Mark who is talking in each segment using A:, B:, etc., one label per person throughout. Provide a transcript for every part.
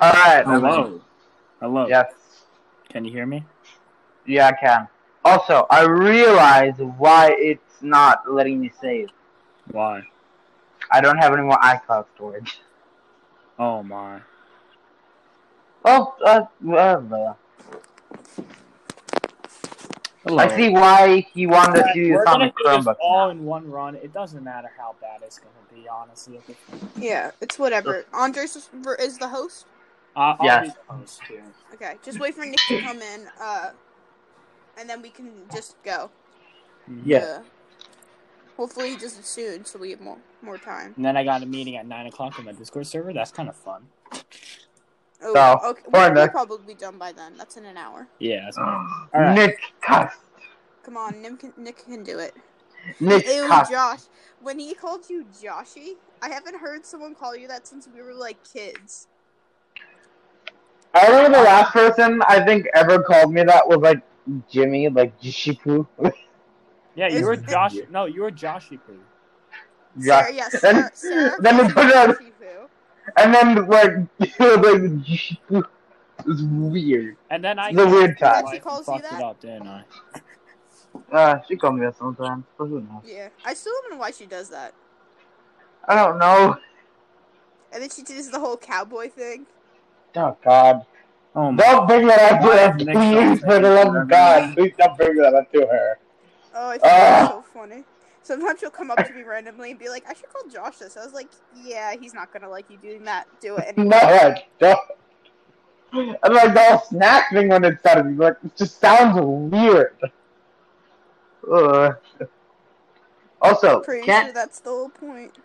A: All right.
B: Hello. Hello.
A: Yes.
B: Can you hear me?
A: Yeah, I can. Also, I realize why it's not letting me save.
B: Why?
A: I don't have any more iCloud storage.
B: Oh my.
A: Oh, uh, uh,
B: Hello.
A: I see why he wanted to
C: Alright,
A: do
C: we're
A: this on the
C: gonna do this
A: Chromebook.
C: all
A: now.
C: in one run. It doesn't matter how bad it's gonna be, honestly. At this point.
D: Yeah, it's whatever. Andres is- is the host.
C: I- I'll
A: Yes.
C: be the host here.
D: Okay, just wait for Nick to come in, uh, and then we can just go.
B: Mm-hmm.
A: Yes.
D: Uh, hopefully, he does it soon, so we have more more time.
C: And then I got a meeting at nine o'clock on my Discord server. That's kind of fun.
D: Oh,
A: So,
D: okay. We're,
A: or
D: we're
A: Nick.
D: probably done by then. That's in an hour.
C: Yeah.
A: Oh.
C: That's All right.
A: Nick cussed.
D: Come on, Nick can, Nick can do it.
A: Nick
D: Ew,
A: cussed.
D: Josh. When he called you Joshy, I haven't heard someone call you that since we were like kids.
A: I remember the last person I think ever called me that was like Jimmy, like Jishipu.
C: Yeah, you were
D: It's-
C: Josh. No, you were Joshy Poo.
D: Sarah, yes, Sarah, Sarah
A: Then we
D: called
A: put
D: you
A: it on-
D: Joshy-poo.
A: And then like he was like Jishipu. It was weird.
C: And then I
A: The weird
C: my
A: type.
C: wife
D: She calls you
C: fucked
D: that?
C: it up, didn't I?
A: Uh, she called me that sometimes, but who knows?
D: Yeah, I still don't know why she does that.
A: I don't know.
D: And then she does the whole cowboy thing.
A: Oh God!
C: Oh my.
A: Don't bring that up to
C: Why
A: her,
C: is Nick so
A: please, for the love of
C: sensitive?
A: God! Please don't bring that up to her.
D: Oh, I think
A: Ah.
D: that's so funny. Sometimes she'll come up to me randomly and be like, "I should call Josh this." I was like, "Yeah, he's not gonna like you doing that. Do it."
A: No,
D: anyway."
A: I don't. And like the whole snack thing when it started, like it just sounds weird. Ugh. Also,
D: Pretty
A: can't
D: sure that's the whole point.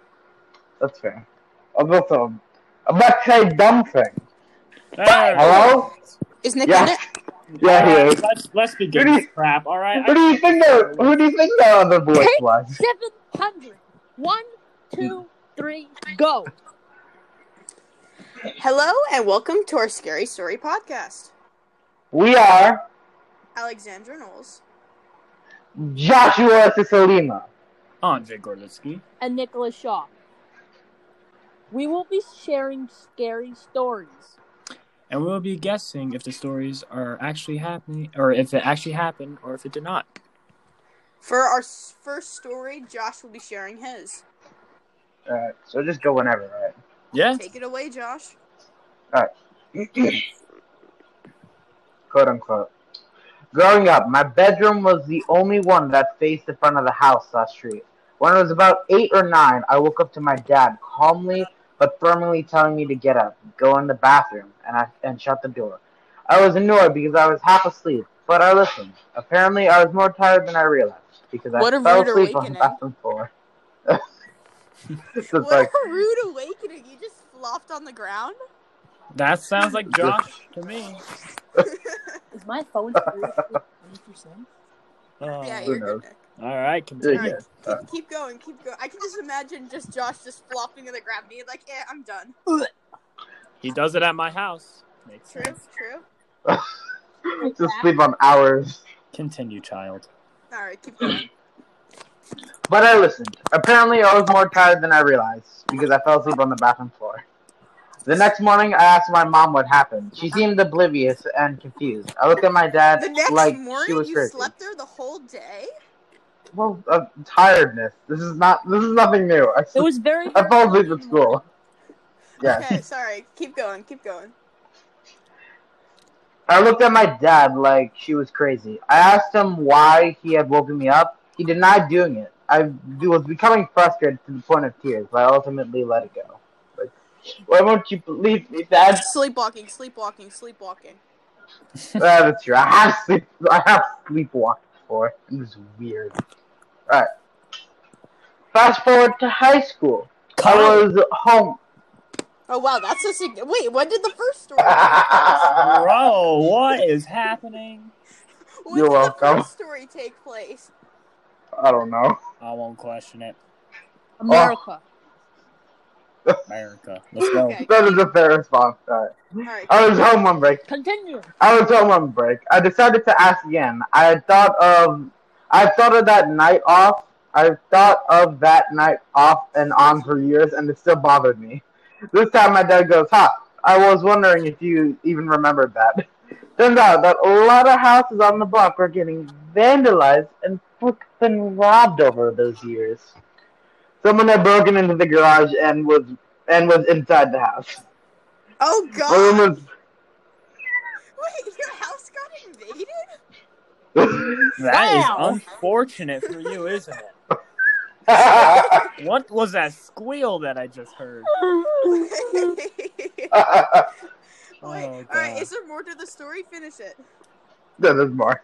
A: That's fair. I'm also I'm about to say dumb thing.
C: Hey,
A: Hello?
D: Is Nick
A: Yeah.
D: in it?
A: Yeah, he is.
C: Let's let's begin
A: Who do
C: this crap. All right.
A: Who do you think that? Who do you think that other voice was?
E: Seven hundred. One,
A: Mm.
E: two, three, go.
D: Hello and welcome to our scary story podcast.
A: We are
D: Alexandra Knowles.
A: Joshua Cisolima.
C: Andre Gorlitsky.
E: And Nicholas Shaw. We will be sharing scary stories.
C: and we'll be guessing if the stories are actually happening or if it actually happened or if it did not.
D: For our s- first story, Josh will be sharing his.
A: Alright, so just go whenever, right?
C: Yeah.
D: Take it away, Josh.
A: Quote unquote. Growing up, my bedroom was the only one that faced the front of the house last street. When I was about eight or nine, I woke up to my dad calmly but firmly telling me to get up, go in the bathroom, and I and shut the door. I was annoyed because I was half asleep, but I listened. Apparently, I was more tired than I realized because
D: What
A: I
D: a
A: fell
D: rude
A: asleep on the
D: awakening.
A: bathroom floor. it's just
D: What
A: like
D: a rude awakening! You just flopped on the ground.
C: That sounds like Josh to me.
E: Is my phone free percent?
C: Oh.
D: yeah,
A: who
D: you're good.
A: knows?
D: Nick.
C: All right,
A: yeah,
C: continue.
D: Alright.
A: uh,
D: Keep, keep going, keep going. I can just imagine just Josh just flopping in the ground, being like, "Yeah, I'm done."
C: He does it at my house. Makes
D: True,
C: sense.
D: true.
A: just sleep on hours.
C: Continue, child.
D: All right, keep going.
A: But I listened. Apparently, I was more tired than I realized because I fell asleep on the bathroom floor. The next morning, I asked my mom what happened. She seemed oblivious and confused. I looked at my dad
D: The next
A: like she
D: morning,
A: was
D: you
A: crazy.
D: slept there the whole day.
A: Well, uh, tiredness. This is not. This is nothing new. I,
E: It was very.
A: I fell asleep at school. Yeah.
D: Okay, sorry. Keep going, keep going.
A: I looked at my dad like she was crazy. I asked him why he had woken me up. He denied doing it. I was becoming frustrated to the point of tears, but I ultimately let it go. Like, why won't you believe me, Dad?
D: Sleepwalking, sleepwalking, sleepwalking.
A: Uh, that's true. I have sleep. I have sleepwalked before. It was weird. All right. Fast forward to high school. I was home.
D: Oh wow, that's a sig- wait. When did the first story?
C: Bro, what is happening?
D: when
A: You're
D: did The
A: welcome.
D: first story take place.
A: I don't know.
C: I won't question it.
E: America.
A: Oh.
C: America. Let's go.
D: Okay.
A: That is a fair response. All right.
D: All right.
A: I was home one break.
E: Continue.
A: I was home on break. I decided to ask again. I had thought of, I thought of that night off. I thought of that night off and on for years, and it still bothered me. This time, my dad goes, "Ha! I was wondering if you even remembered that. Turns out that a lot of houses on the block were getting vandalized and fucking robbed over those years. Someone had broken into the garage and was and was inside the house.
D: Oh
A: My room
D: god!
A: was
D: Wait, your house got invaded?
C: That is
E: Wow.
C: unfortunate for you, isn't it? What was that squeal that I just heard?
E: Wait,
D: Wait,
C: Oh,
D: alright,
C: God.
D: is there more to the story? Finish it.
A: There was more.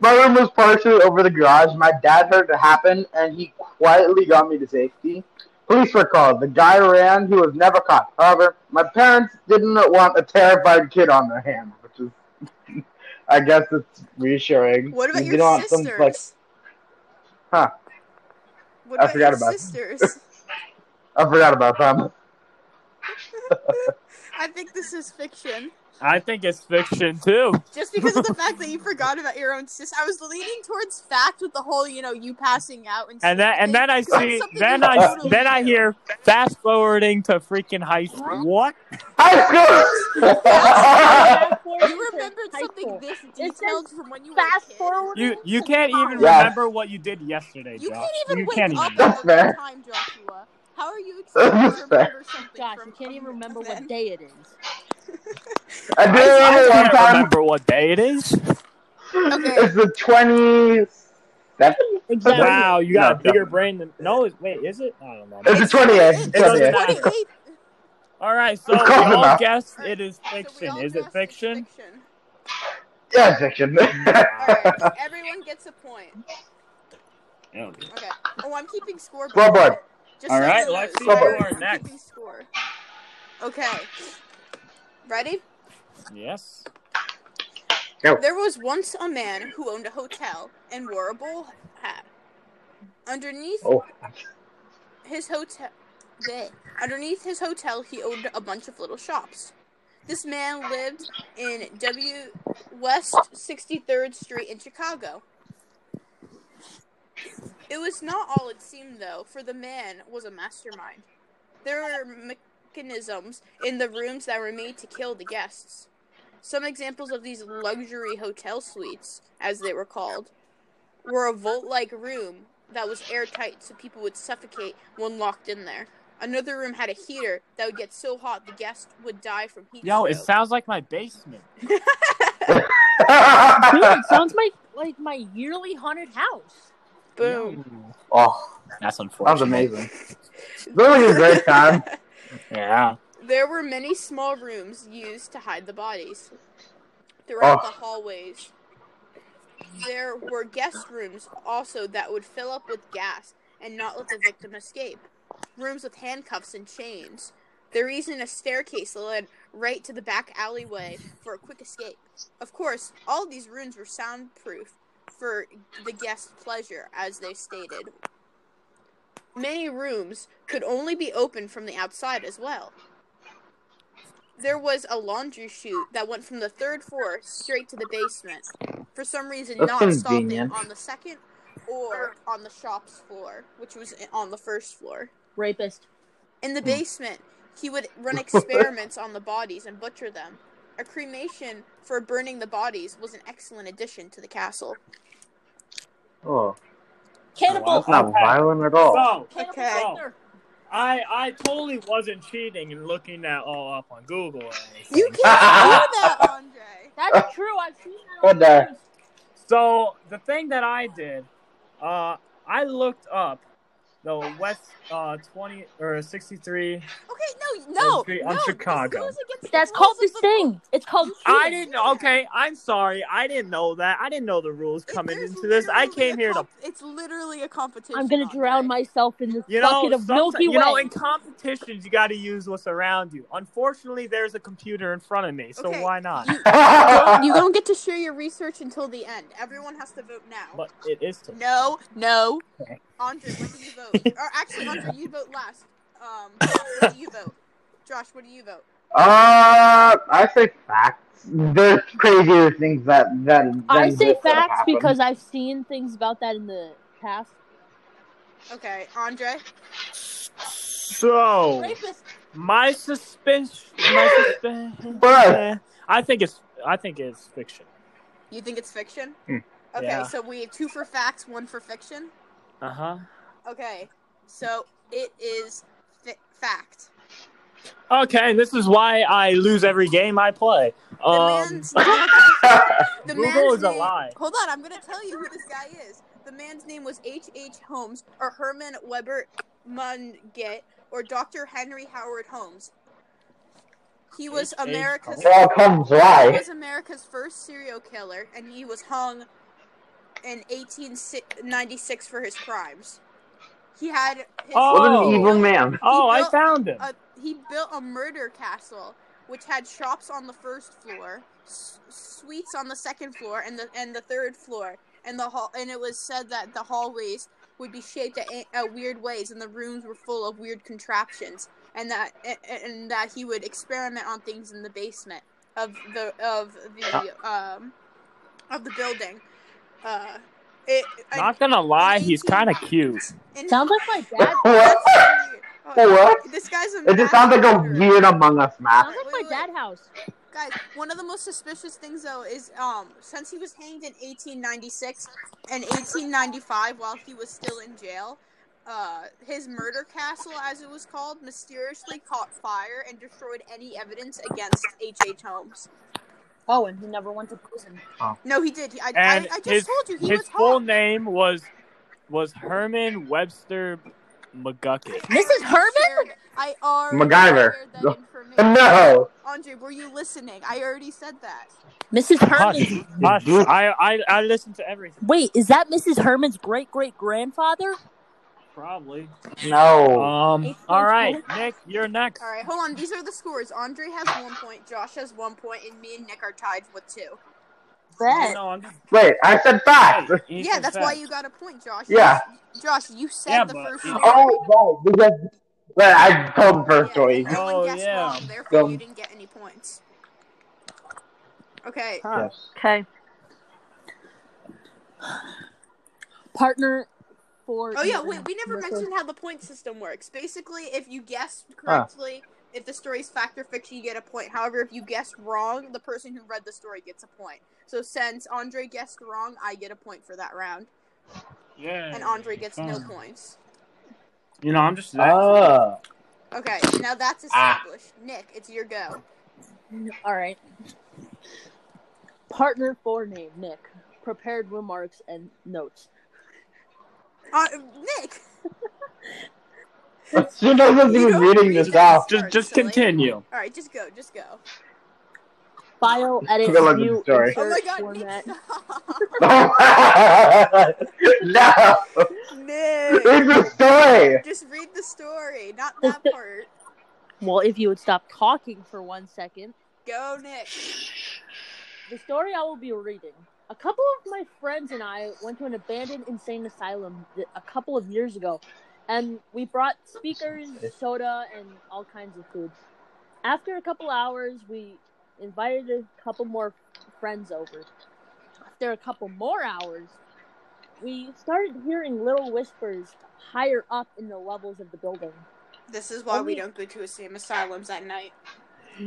A: My room was partially over the garage. My dad heard it happen, and he quietly got me to safety. Police were called. The guy ran, who was never caught. However, my parents didn't want a terrified kid on their hands, which is, I guess, it's reassuring.
D: What about
A: You don't
D: your
A: want some,
D: sisters?
A: like- Huh.
D: What
A: I
D: about
A: forgot
D: your
A: about them.
D: sisters?
A: I forgot about them.
D: I think this is fiction.
C: I think it's fiction too.
D: Just because of the fact that you forgot about your own sis, I was leaning towards fact with the whole, you know, you passing out and
C: And then and then I
D: sleeping.
C: see then
D: That's something you
C: I
D: totally
C: then I
D: do.
C: hear fast forwarding to freaking high school. What?
A: High school.
E: fast forward
D: You
E: to
D: remembered
E: high
D: something
E: school.
D: this
E: says
D: detailed from when you were a
E: Fast
D: kid?
E: forward.
C: You you can't even
A: Yeah.
C: remember what you did yesterday,
D: You
C: Josh.
D: can't even
C: you
D: wake
C: can't
D: up
C: even.
A: That's
D: at
A: fair.
D: that time, Joshua. How are you expected to
A: That's fair.
D: remember something
E: Josh,
D: from
E: you can't even
D: from
E: remember
D: then?
E: what day it is.
A: I do
C: I
A: remember one
C: can't
A: time.
C: remember what day it is.
D: Okay.
A: It's the twenty seventh.
E: Exactly.
C: Wow, you got
A: No,
C: a bigger
A: definitely.
C: brain than no. it- Wait, is it? I don't know.
A: It's the twenty eighth.
D: It's the
C: doesn't
A: Twenty eighth.
D: 28th.
C: matter. All right, so we
A: It's close
C: all
A: enough.
C: guess
D: All right,
C: it is
D: so we
C: fiction.
D: all
C: is
D: guessed
C: it
D: it's
C: fiction?
A: Yeah, fiction.
D: Alright, so everyone gets a point.
C: No.
D: Okay. Oh, I'm keeping score.
A: Scoreboard.
D: Just
C: All right,
D: you know,
C: Lexi,
D: so
A: you
D: I'm
C: are next.
D: keeping score. Okay. Ready?
C: Yes.
D: There was once a man who owned a hotel and wore a bowl hat. Underneath
A: Oh.
D: his hotel, bleh. underneath his hotel, he owned a bunch of little shops. This man lived in W West 63rd Street in Chicago. It was not all it seemed though, for the man was a mastermind. There were mechanisms in the rooms that were made to kill the guests. Some examples of these luxury hotel suites, as they were called, were a vault like room that was airtight so people would suffocate when locked in there. Another room had a heater that would get so hot the guest would die from heat.
C: Yo, it
D: stroke.
C: sounds like my basement.
E: Dude, it sounds like like my yearly haunted house.
D: boom.
A: oh,
C: That's
A: that was
C: unfortunate.
A: amazing. That was a great time.
C: Yeah.
D: There were many small rooms used to hide the bodies. Throughout
A: Oh.
D: the hallways, there were guest rooms also that would fill up with gas and not let the victim escape. Rooms with handcuffs and chains. There even a staircase that led right to the back alleyway for a quick escape. Of course, all these rooms were soundproof for the guest's pleasure, as they stated. Many rooms could only be opened from the outside as well there was a laundry chute that went from the third floor straight to the basement. For some reason,
A: That's
D: not stopping
A: convenient.
D: on the second or on the shop's floor, which was on the first floor.
E: Rapist.
D: In the
A: Hmm.
D: basement, he would run experiments on the bodies and butcher them. A cremation for burning the bodies was an excellent addition to the castle.
A: Oh,
E: Cannibal.
A: that's not
C: Okay.
A: violent at all.
C: So
E: Cannibal
D: Okay.
E: Corpse.
C: I I totally wasn't cheating and looking that all up on Google or anything.
D: You can't do that, Andre.
E: That's true. I've seen that.
A: What
E: on
A: the-
E: news.
C: So the thing that I did, uh, I looked up the West uh, 20 or 63.
D: Okay, no, no,
C: Okay,
D: no.
C: I'm
D: this
C: Chicago.
D: goes against the
E: That's called
D: rules
E: this
D: of the-
E: thing. It's called.
C: I didn't. Okay, I'm sorry. I didn't know that. I didn't know the rules
D: It-
C: coming
D: there's
C: into this. I
D: literally
C: came
D: a
C: here to.
D: comp- It's literally a competition.
E: I'm gonna drown
D: Andre.
E: myself in this
C: You know,
E: bucket of
C: someti-
E: Milky Way.
C: you know, in competitions, you got to use what's around you. Unfortunately, there's a computer in front of me, so
D: Okay.
C: why not?
D: Don't- you don't get to share your research until the end. Everyone has to vote now.
C: But it is. To-
D: No, no. Andre, what do you vote? or actually, Andre, you vote last. Um, what do you vote? Josh, what do you vote?
A: Uh, I say facts. There's crazier things that that. than
E: I say
A: this that have
E: facts
A: happened.
E: because I've seen things about that in the past.
D: Okay, Andre.
C: so
E: Rapist.
B: My suspense. My suspense.
A: Bruh.
B: I think it's. I think it's fiction.
D: You think it's fiction?
A: Hmm.
D: Okay,
B: Yeah.
D: so we have two for facts, one for fiction.
B: Uh huh.
D: Okay, so it is fi- fact.
B: Okay, this is why I lose every game I play.
D: The
B: Um,
D: man's name, the
B: Google
D: man's
B: is a
D: name-
B: lie.
D: Hold on, I'm gonna tell you who this guy is. The man's name was H. H. Holmes or Herman Weber Mungett or Dr. Henry Howard Holmes. He was
B: H.H.
D: America's
A: It all comes
D: He
A: right.
D: was America's first serial killer, and he was hung in 1896 for his crimes. He had his,
A: What
B: Oh.
A: an evil man.
B: oh, I
D: built
B: found him.
D: a, he built a murder castle, which had shops on the first floor, s- suites on the second floor, and the and the third floor, and the hall. And it was said that the hallways would be shaped at, a- at weird ways, and the rooms were full of weird contraptions, and that and, and that he would experiment on things in the basement of the of the
B: Ah.
D: um of the building. Uh, it,
B: Not gonna lie,
D: in
B: he's
D: 18
B: kind of cute.
D: and-
E: Sounds like my dad.
A: What?
D: that's so weird. Oh,
A: What?
D: This guy's a
A: It just sounds like a
D: master.
A: weird Among Us map.
E: Sounds like
D: Wait,
E: my
D: wait.
E: dad house.
D: Guys, one of the most suspicious things though is um since he was hanged in 1896 and 1895 while he was still in jail, uh his murder castle as it was called mysteriously caught fire and destroyed any evidence against H. H. Holmes.
E: Oh, and he never went to prison.
D: No, he did. He- I, I,
B: And
D: I just
B: his-
D: told you he
B: His
D: was
B: full
D: hung.
B: name was was Herman Webster McGucket.
E: Mrs. Herman?
D: Shared- I already
A: MacGyver.
D: shared that information.
A: No.
D: Andre, were you listening? I already said that.
E: Mrs.
B: Hush,
E: Herman.
B: hush. I, I I listen to everything.
E: Wait, is that Mrs. Herman's great great grandfather?
B: Probably.
C: Uh.
A: No.
B: Um.
E: Eight
B: All
E: points,
B: right,
E: boy.
B: Nick, you're next.
D: All right, hold on. These are the scores. Andre has one point, Josh has one point, and me and Nick are tied with two.
B: Oh, no, I'm just-
A: Wait, I said fact.
B: hey, Ethan
D: yeah, that's
B: said.
D: why you got a point, Josh.
A: Yeah.
D: Josh, you said
B: Yeah,
D: the
B: but-
D: first.
A: Oh, no. Because, but I told the first
D: yeah,
A: choice.
D: and no one
B: Oh,
D: guessed
B: yeah.
D: wrong. Therefore,
A: Dumb.
D: you didn't get any points. Okay.
B: Huh.
A: Yes.
E: Okay. Partner for.
D: Oh yeah,
E: Ethan.
D: wait. We never
E: Mrs.
D: mentioned how the point system works. Basically, if you guessed correctly, if the story's fact or fiction, you get a point. However, if you guessed wrong, the person who read the story gets a point. So since Andre guessed wrong, I get a point for that round,
B: Yeah.
D: and Andre gets no
B: Fine.
D: points.
B: You know, I'm just.
A: Oh.
D: Okay, now that's
A: Ah.
D: established. Nick, it's your go.
E: All right. Partner for name Nick. Prepared remarks and notes.
D: Uh, Nick.
A: She doesn't
D: You
A: even
D: don't
A: reading
D: read
A: this
D: it.
A: out.
B: just just
D: Sorry, silly.
B: continue.
D: All right, just go, just go.
E: File, edit,
A: Good luck with the
E: view,
A: story.
E: insert,
D: oh my God,
E: format.
D: Nick!
A: no.
D: Stop.
A: Read the story.
D: Nick, just read the story, not
E: The
D: that
E: sto-
D: part.
E: Well, if you would stop talking for one second.
D: Go, Nick.
E: The story I will be reading. A couple of my friends and I went to an abandoned insane asylum th- a couple of years ago, and we brought speakers, soda, and all kinds of food. After a couple hours, we invited a couple more friends over. After a couple more hours, we started hearing little whispers higher up in the levels of the building.
D: This is why we
E: Only-
D: don't go to same asylums at night.
A: A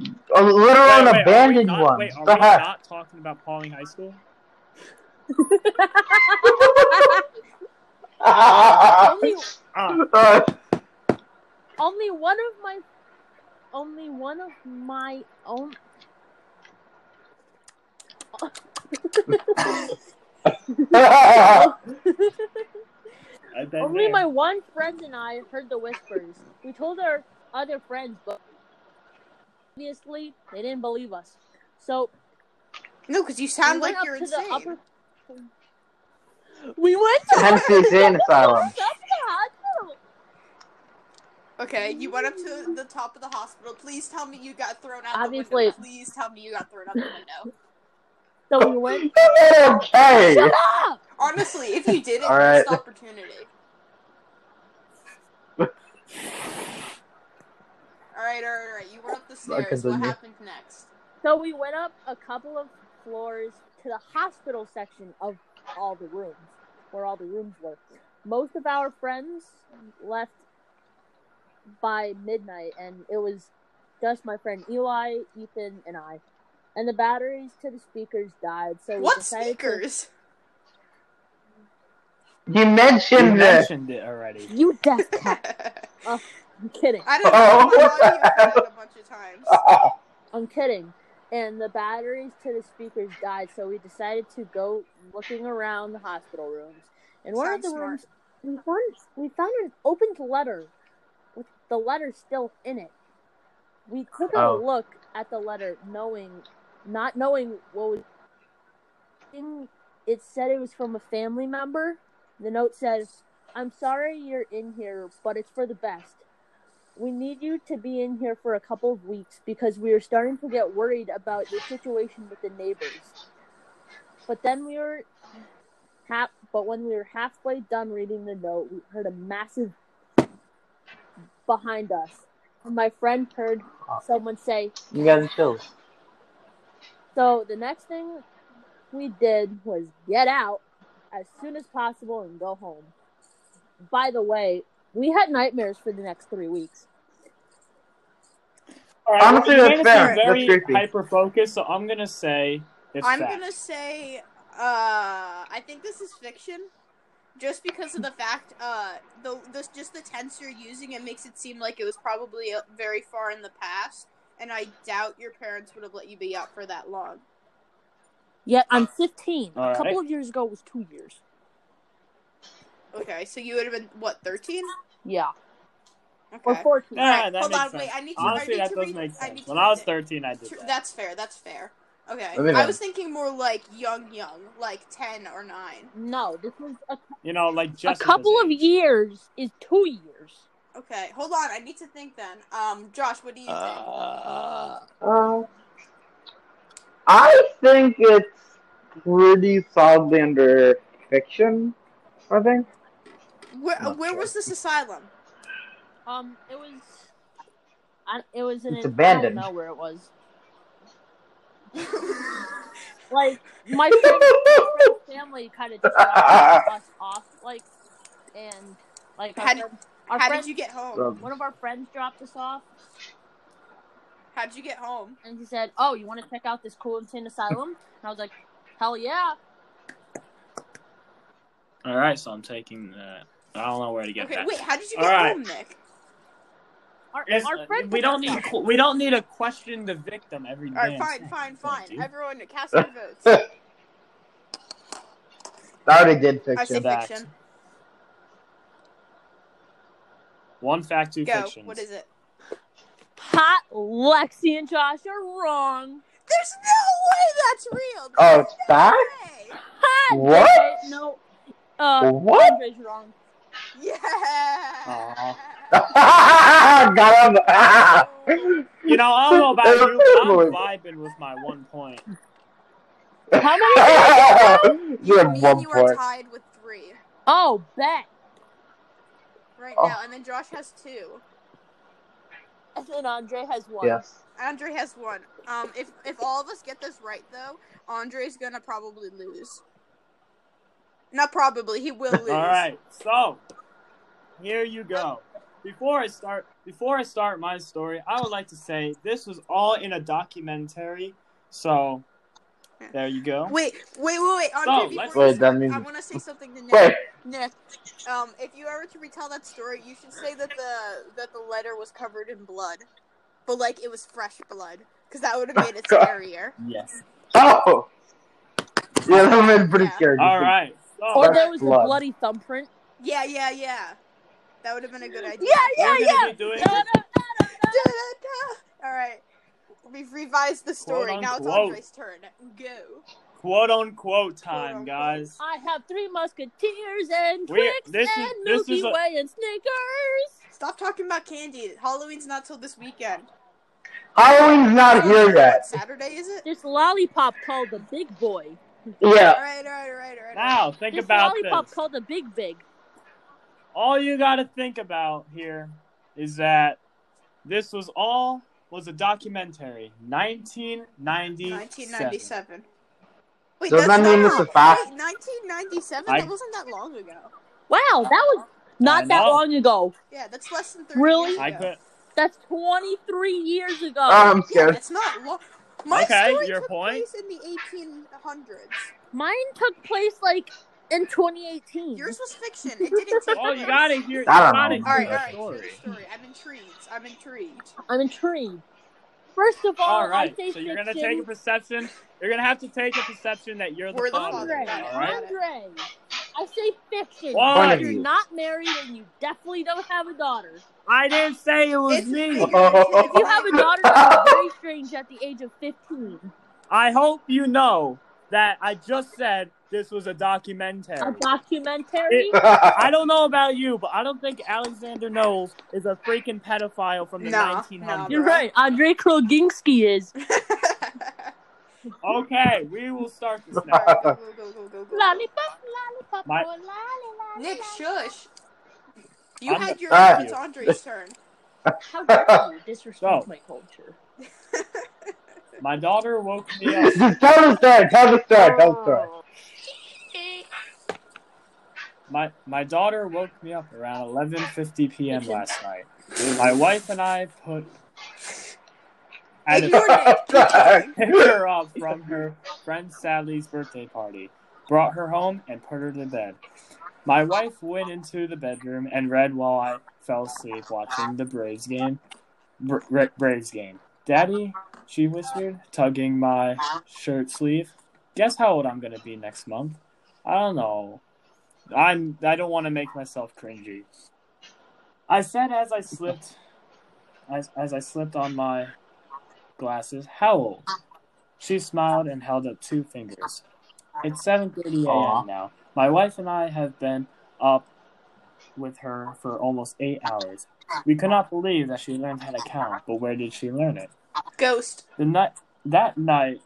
A: literal
B: Wait, wait, are we
A: and abandoned
B: not-
A: one.
B: Wait, are
A: the
B: we
A: heck?
B: not talking about Pauling High School?
E: Only
B: Ah,
A: Uh,
E: only one of my only one of my own
C: uh,
B: I've been
E: only
B: there.
E: my one friend and I heard the whispers. We told our other friends, but obviously they didn't believe us. So
D: No, because you
E: we
D: sound like
E: went up
D: you're
E: to
D: insane.
E: the upper. We went to
A: Hence the insane asylum.
E: hospital.
D: Okay, you went up to the top of the hospital. Please tell me you got thrown out the
E: Obviously.
D: window. Please tell me you got thrown out the window.
E: So we went.
A: okay.
E: Shut up!
D: Honestly, if you did it,
A: All right.
D: missed opportunity. All right, all right, all right. You went up the stairs. What
A: continue.
D: happened next?
E: So we went up a couple of floors to the hospital section of all the rooms, where all the rooms were. Most of our friends left by midnight, and it was just my friend Eli, Ethan, and I. And the batteries to the speakers died, so we
D: What
E: decided to-
D: speakers?
A: You mentioned
C: You
A: this.
C: mentioned it already.
E: You death cat.
D: I
E: I'm kidding.
D: don't know.
A: Oh.
D: I thought you heard it a bunch of times.
E: I'm kidding. And the batteries to the speakers died, so we decided to go looking around the hospital rooms. And one of
D: Sounds
E: the
D: smart.
E: rooms, we found, we found an opened letter with the letter still in it. We took a
A: Oh.
E: look at the letter, knowing, not knowing what was. in- It said it was from a family member. The note says, "I'm sorry you're in here, but it's for the best. We need you to be in here for a couple of weeks because we are starting to get worried about your situation with the neighbors. But then we were half, but when we were halfway done reading the note, we heard a massive behind us. And my friend heard someone say,
A: you got the chills.
E: so the next thing we did was get out as soon as possible and go home. By the way, we had nightmares for the next three weeks.
C: All right,
A: Honestly,
C: you
A: that's
C: made us
A: fair.
C: be
A: That's
C: very
A: creepy.
C: hyper focused, so I'm gonna say it's
D: I'm
C: fact.
D: gonna say, uh, I think this is fiction, just because of the fact, uh, the, the just the tense you're using, it makes it seem like it was probably uh, very far in the past, and I doubt your parents would have let you be out for that long.
E: Yet I'm 15.
C: All
E: A couple
C: right.
E: of years ago was two years.
D: Okay, so you would have been what 13?
E: Yeah,
D: Okay.
E: or 14.
C: Nah,
D: Alright,
C: that
D: hold
C: makes
D: on,
C: sense.
D: wait, I need to- I
C: Honestly,
D: need
C: that
D: to
C: does
D: read-
C: make
D: I
C: sense.
D: need to
C: when
D: read
C: I was
D: it.
C: 13, I did
D: Tr-
C: that.
D: That's fair. That's fair. Okay,
A: Let me
D: I
A: know.
D: was thinking more like young, young, like 10 or 9.
E: No, this was a,
C: you know, like
E: a
C: Jessica's
E: couple of
C: age.
E: years is two years.
D: Okay, hold on, I need to think then. Um, Josh, what do you think?
A: Uh, I think it's pretty solidly under fiction. I think.
D: Where,
A: I'm not
D: where
A: sure.
D: was this asylum?
E: Um, it was, I, it was an.
A: It's
E: I don't
A: abandoned.
E: know where it was.
D: okay,
E: Like my friend, my friend's family kind of dropped us off, like, and like our
D: Had-
E: friend, our
D: How
E: friend
D: did you get home?
A: Um,
E: one of our friends dropped us off,
D: How'd you get home?
E: and he said, "Oh, you want to check out this cool insane asylum?" And I was like, "Hell yeah!"
C: All right, so I'm taking that. I don't know where to get
D: Okay,
C: that.
D: wait, how did you
C: All
D: get
C: right.
D: home, Nick?
E: Our,
C: It's-
E: our friend
C: uh, we
E: picked
C: don't
E: us
C: need
E: up.
C: to, we don't need to question the victim every
D: All right,
C: damn
D: fine,
C: second.
D: fine, fine.
C: Thank you.
D: Everyone, cast your votes.
A: I already did
D: I say
A: fiction.
C: Fact.
D: fiction.
C: One fact, two
D: Go.
C: fictions.
D: What is it?
E: Hot Lexi and Josh are wrong.
D: There's no way that's
A: Oh,
D: real. There's
A: it's
D: no
A: back?
D: way.
E: Hot.
A: What?
E: Okay, no. Uh,
A: What?
E: Andre's wrong.
D: Yeah.
A: Got him. Ah!
C: You know, I don't know about
A: That's
C: you, but I'm
A: terrible.
C: vibing with my one point.
E: How many?
A: you
D: You,
A: had
D: me and
A: one
D: you are
A: point.
D: tied with three
E: oh, bet.
D: right
A: Oh.
D: now, and then Josh has two.
E: And then Andre has one.
A: Yes.
D: Andre has one. Um, if if all of us get this right though, Andre's gonna probably lose. Not probably, he will lose.
C: All right, so here you go. Before I start, before I start my story, I would like to say this was all in a documentary. So there you go.
D: Wait, wait, wait, wait,
C: So,
D: Andre. before
C: let's-
D: you
A: Wait, that
D: start,
A: means.
D: I want to say something to Nick.
A: Wait.
D: Nick, um, if you ever to retell that story, you should say that the that the letter was covered in blood, but like it was fresh blood, because that would have made it
A: God.
D: scarier.
C: Yes.
A: Oh! Yeah, that would have been pretty
D: Yeah.
A: scary.
C: All right. So
E: Or
A: Fresh
E: Oh, there was
A: blood.
E: a bloody thumbprint.
D: Yeah, yeah, yeah. That would have been a good idea.
C: we're gonna be doing
E: No, no, no, no.
D: Da-da-da. All right, we've revised the story.
C: Quote,
D: now it's
C: unquote.
D: Andre's turn. Go.
C: quote unquote
D: Quote,
C: time,
D: unquote.
C: guys.
E: I have three musketeers and
C: We-
E: Twix
C: this is-
E: and
C: this
E: Milky
C: is a-
E: Way and Snickers.
D: Stop talking about candy. Halloween's not till this weekend.
A: Halloween's not here
D: What
A: yet.
D: Saturday is it?
E: This lollipop called the Big Boy.
D: All
A: Yeah.
D: right, all right, all right, all right.
C: Now think
E: this
C: about
E: lollipop
C: this.
E: called the Big Big.
C: all you gotta think about here is that this was all was a documentary, 1997.
D: 1997. Wait,
A: Does
D: that's
A: that mean
D: not
A: this is fact?
D: Wait, 1997?
C: I-
D: That wasn't that long ago.
E: Wow, that was Not
C: I
E: that
C: know.
E: long ago.
D: Yeah, that's less than 30
E: Really?
D: years
C: I
D: ago.
C: could.
E: That's 23 years ago.
A: Oh, I'm
D: Yeah,
A: scared.
D: that's not long. My
C: Okay,
D: story
C: your
D: took
C: point.
D: place in the 1800s.
E: Mine took place like in 2018.
D: Yours was fiction. It didn't take
C: Oh, you
D: place.
C: gotta hear. You
A: I don't
C: gotta
A: know.
D: All
C: hear
D: right,
C: the
D: all
C: story.
D: right. Hear the story. I'm intrigued. I'm intrigued.
E: I'm intrigued. First of all,
C: All right,
E: I say
C: so you're gonna
E: fiction.
C: take a perception. You're gonna have to take a perception that you're the
D: We're the
C: father.
D: father,
E: Andre,
D: got it,
C: All right.
D: got it.
E: Andre, I say fiction.
C: Why?
E: because
A: Point of
E: You're
A: view.
E: not married and you definitely don't have a daughter.
B: I didn't say it was
D: It's
B: me.
D: figurative.
E: If you have a daughter, that's very strange at the age of 15.
C: I hope you know that I just said this was a
E: A
C: documentary.
E: documentary?
C: I don't know about you, but I don't think Alexander Knowles is a freaking pedophile from the
D: Nah,
C: 1900s.
E: You're right. Andre Kroginski is.
C: Okay, we will start this
D: All
C: now.
D: right, go, go, go, go, go, go.
E: Lollipop, lollipop,
C: My-
E: oh, lolly, lolly,
D: Nick,
E: lolly.
D: shush. You
C: I'm-
D: had your
A: All
D: turn.
A: right.
D: It's Andre's turn.
E: How
C: Oh.
E: dare you disrespect
C: So.
E: my culture?
C: My daughter woke me
A: tell
C: up.
A: the story. Tell the story. Tell the
E: Oh.
A: story.
C: My my daughter woke me up around 11:50 p.m. last night. My wife and I put at a
D: Ignore Nick. Keep going.
C: picked her up from her friend Sally's birthday party, brought her home, and put her to bed. My wife went into the bedroom and read while I fell asleep watching the Braves game. Bra- Bra- Braves game. Daddy, she whispered, tugging my shirt sleeve. Guess how old I'm gonna be next month? I don't know. I'm. I don't want to make myself cringy. I said as I slipped, as as I slipped on my glasses. How old? She smiled and held up two fingers. It's 7:30
A: Aw.
C: a.m. now. My wife and I have been up with her for almost 8 hours. We could not believe that she learned how to count, but where did she learn it?
D: Ghost.
C: The night that night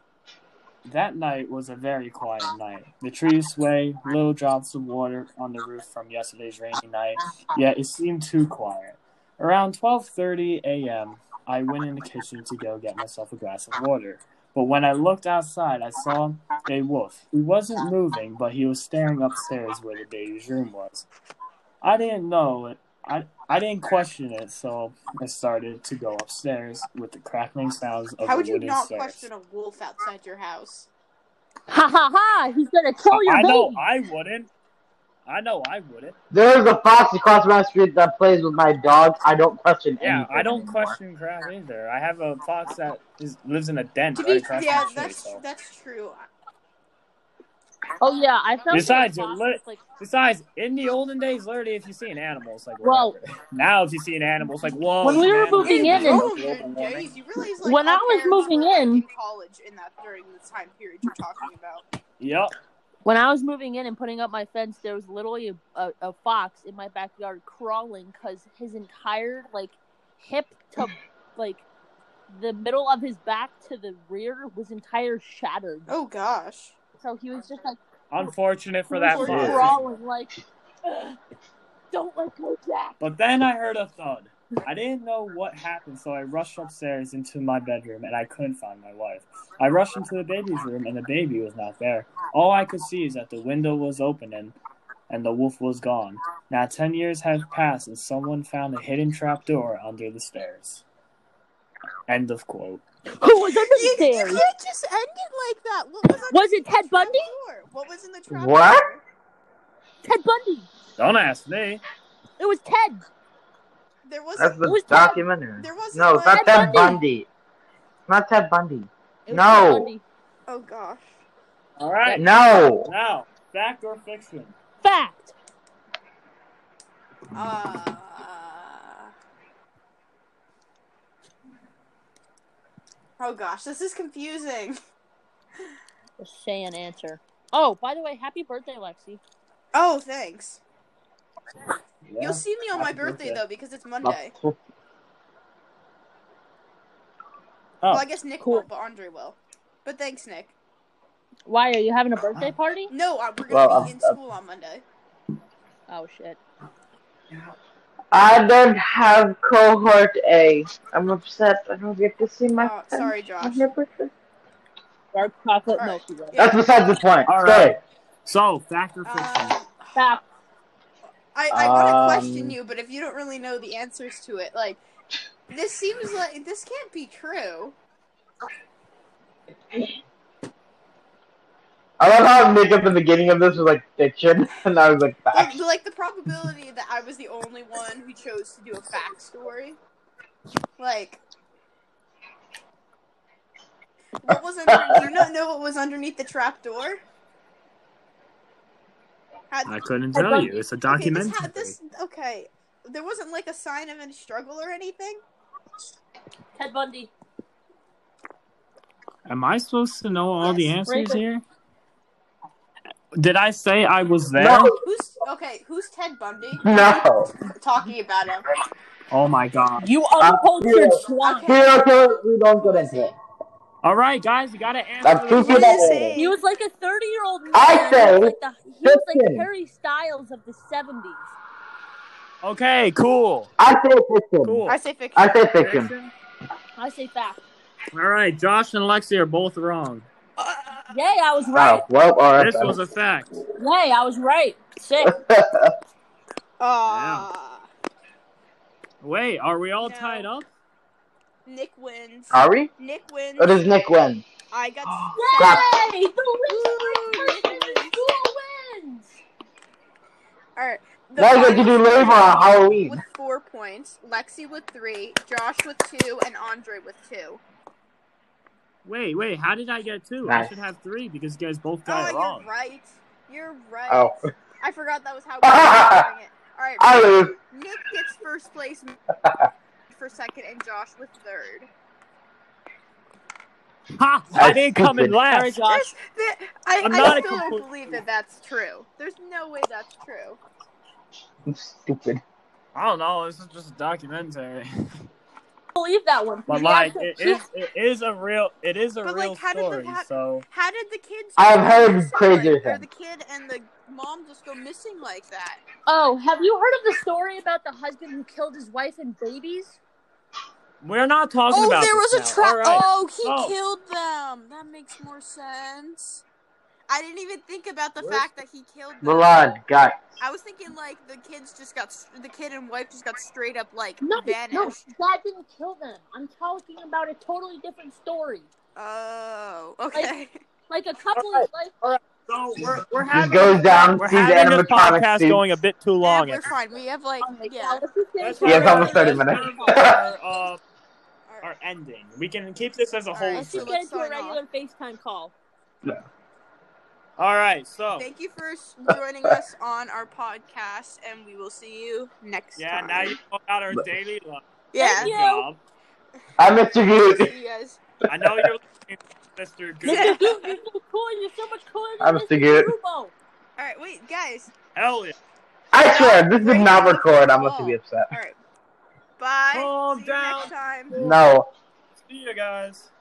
C: that night was a very quiet night. The trees sway, little drops of water on the roof from yesterday's rainy night, yet it seemed too quiet. Around 12:30 a.m., I went in the kitchen to go get myself a glass of water. But when I looked outside, I saw a wolf. He wasn't moving, but he was staring upstairs where the baby's room was. I didn't know it. I, I didn't question it, so I started to go upstairs with the crackling sounds of
D: How
C: the
D: would you
C: wooden
D: not
C: stairs.
D: question a wolf outside your house?
E: Ha ha ha! He's gonna kill your
C: I
E: baby.
C: know I wouldn't. I know I wouldn't.
A: There's a fox across my street that plays with my dog. I don't question
C: Yeah,
A: anything.
C: I don't
A: anymore.
C: question crap either. I have a fox that is lives in a den
D: To
C: right
D: be
C: across
D: yeah,
C: the street.
D: that's
C: So
D: that's true.
E: Oh yeah, I found
C: Besides,
E: that
C: it
E: fox
C: lit-
E: was like
C: besides, in the olden days, literally, if you see an animal, it's like
E: Well-
C: whatever. now, if you see an animal, it's like whoa.
E: When
C: it's
E: we
C: an
E: were
C: animal.
E: moving
D: In
E: in
D: the
E: and-
C: Global
D: olden
C: warming.
D: days, Oh, you realize like
E: When
D: our
E: I was
D: parents
E: moving
D: were, like,
E: in-
D: college in that during the time period you're talking about.
C: Yep.
E: when I was moving in and putting up my fence, there was literally a, a, a fox in my backyard crawling because his entire like hip to like the middle of his back to the rear was entire shattered.
D: Oh gosh.
E: So he was just like
C: Unfortunate for
E: he
C: that
E: was
A: fox.
E: crawling like "Ugh, don't let go Jack.
C: But then I heard a thud. I didn't know what happened, so I rushed upstairs into my bedroom and I couldn't find my wife. I rushed into the baby's room and the baby was not there. All I could see is that the window was open and, and the wolf was gone. Now, 10 years have passed and someone found a hidden trapdoor under the stairs. End of quote.
E: Who was under the
D: You, you
E: stairs?
D: can't just end it like that. What was
E: Was it Ted Bundy?
D: Door? What was in the trap?
A: What?
D: door?
E: Ted Bundy.
C: Don't ask me.
E: It was Ted.
D: There
A: That's
D: wasn't.
E: It
A: the
E: was Ted.
A: documentary.
D: There wasn't
A: No, it's not
E: Ted
A: Ted Bundy. It's not Ted Bundy.
E: It was
A: No.
E: Ted Bundy.
D: Oh gosh.
C: All right.
A: No.
C: Now, fact or fiction?
E: Fact.
D: Uh, oh gosh, this is confusing.
E: Just say an answer. Oh, by the way, happy birthday, Lexi.
D: Oh, thanks.
C: Yeah.
D: You'll see me on my
C: Happy
D: birthday,
C: birthday.
D: though because it's Monday. Well,
C: Oh,
D: I guess Nick
E: Cool.
D: won't, but Andre will. But thanks, Nick.
E: Why are you having a birthday party?
D: No, uh, we're gonna
A: Well,
D: be
A: I'm-
D: in
A: I'm-
D: school on Monday.
E: Oh shit.
A: I don't have cohort A. I'm upset. I don't get to see my
D: Oh,
A: friends
D: sorry,
A: on
D: Josh.
A: their birthday.
E: Dark chocolate
D: All
E: milk.
D: right.
E: you guys.
D: Yeah.
A: That's besides the point.
C: All
A: Sorry.
D: Uh,
C: so fact or fiction?
D: Um,
E: Fact.
D: I, I want to
F: Um,
D: question you, but if you don't really know the answers to it, like this seems like this can't be true.
A: I love how Nick at the beginning of this was like fiction, and I was like
D: Like,
A: fact.
D: like the probability that I was the only one who chose to do a fact story. Like, what was under, do you not know what was underneath the trap door? How,
C: I couldn't
E: I
C: tell
E: don't-
C: you. It's a
D: okay, this,
C: documentary.
D: ha- this okay. There wasn't like a sign of any struggle or anything.
E: Ted Bundy.
C: Am I supposed to know all the
D: Yes,
C: answers
E: Raven.
C: here? Did I say I was there?
A: No,
D: Who's okay? Who's Ted Bundy?
A: no.
D: Talking about him.
C: Oh my god.
E: You
A: I'm
E: uncultured
A: here.
E: swine.
D: Okay.
A: Here, okay, we don't get into it.
C: All right, guys, you gotta answer.
A: That's
C: the
A: too
D: What
A: good.
C: question.
D: is
A: Hey.
D: it?
E: He was like a 30 year old man.
A: I say,
E: he was like, the, he was like
A: Christian.
E: Harry Styles of the 70s.
C: Okay, cool.
A: I say fiction.
C: Cool.
D: I say fiction.
A: I say fiction.
E: I say fact.
C: All right, Josh and Lexi are both wrong.
E: Yay, I was right.
A: Oh, well, all right.
C: This
A: then.
C: was a fact.
E: Yay, I was right. Sick.
D: Ah,
C: Wait, are we all
D: No.
C: tied up?
D: Nick wins.
A: Are we?
D: Nick wins.
A: Or does Nick win?
D: I got.
A: Crap.
E: Yay! The
D: Woo, Nick wins.
E: wins!
D: All right. The
A: Now you get to do
D: final
A: labor on Halloween.
D: With four points, Lexi with three, Josh with two, and Andre with two.
C: Wait, wait, how did I get two? I
A: Nice.
C: should have three because you guys both
D: Oh,
C: got it
D: you're
C: wrong.
D: right. You're right.
A: Oh,
D: I forgot that was how we were doing it. All right.
A: I lose.
D: Nick gets first place for second, and Josh with third.
C: Ha! I
A: That's
C: didn't come in
A: stupid.
E: Sorry,
C: last.
E: Josh.
D: There's, there, I,
C: I'm
D: I
C: not a
D: still
C: complete-
D: don't believe that that's true. There's no way that's true.
A: I'm stupid.
C: I don't know. This is just a documentary,
E: believe that one.
C: but
E: He
C: like
E: actually-
C: it is, it is a real, it is a
D: But, like,
C: real
D: how did the-
C: story.
D: how-
C: so
D: How did the kids?
A: I have
D: go
A: heard
D: missing
A: crazier
D: like, or
A: things.
D: the kid and the mom just go missing like that.
E: oh, have you heard of the story about the husband who killed his wife and babies?
C: we're not talking about. this now. All right.
D: Oh, he
C: Oh.
D: killed them. That makes more sense. I didn't even think about the
C: Where's-
D: fact that he killed them.
A: Blood, guys.
D: I was thinking like the kids just got st- the kid and wife just got straight up like
E: No, no,
D: vanished.
E: that didn't kill them. I'm talking about a totally different story.
D: Oh, okay.
E: Like a couple
C: Alright.
E: of like
C: So we're we're
A: He
C: having
A: goes down,
C: we're
A: sees the
C: having this
A: animatronic
C: podcast
A: suit.
C: going a bit too long.
D: yeah, we're fine. We have like
E: all right,
D: yeah.
E: now let's just get
C: Let's
E: into
A: Yeah,
E: our
A: it's almost
E: regular
A: 30
C: have
E: show.
A: minutes.
C: our, uh,
D: All right.
C: our ending. We can keep this as a
D: All right,
C: whole.
E: Let's just
D: So
E: get
D: let's
E: into a
D: sign off.
E: regular FaceTime call.
C: All right. So
D: Thank you for s- joining us on our podcast, and we will see you next
C: yeah,
D: time.
C: now you know about our daily life.
D: yeah.
E: Thank you.
C: Rob.
A: I'm Mr. Goot.
D: See you guys.
C: I know you're listening, Mr. Good.
E: Mr. Goot, you're so cool. You're so much cooler than
A: I'm
E: Mr.
A: Mr. Goot.
E: Rubo.
D: All right, wait, guys.
C: Hell yeah.
A: I swear, this did not record. I'm about to be upset.
D: All right. Bye.
C: Calm
D: See you
C: down.
D: next time.
A: No.
C: See you guys.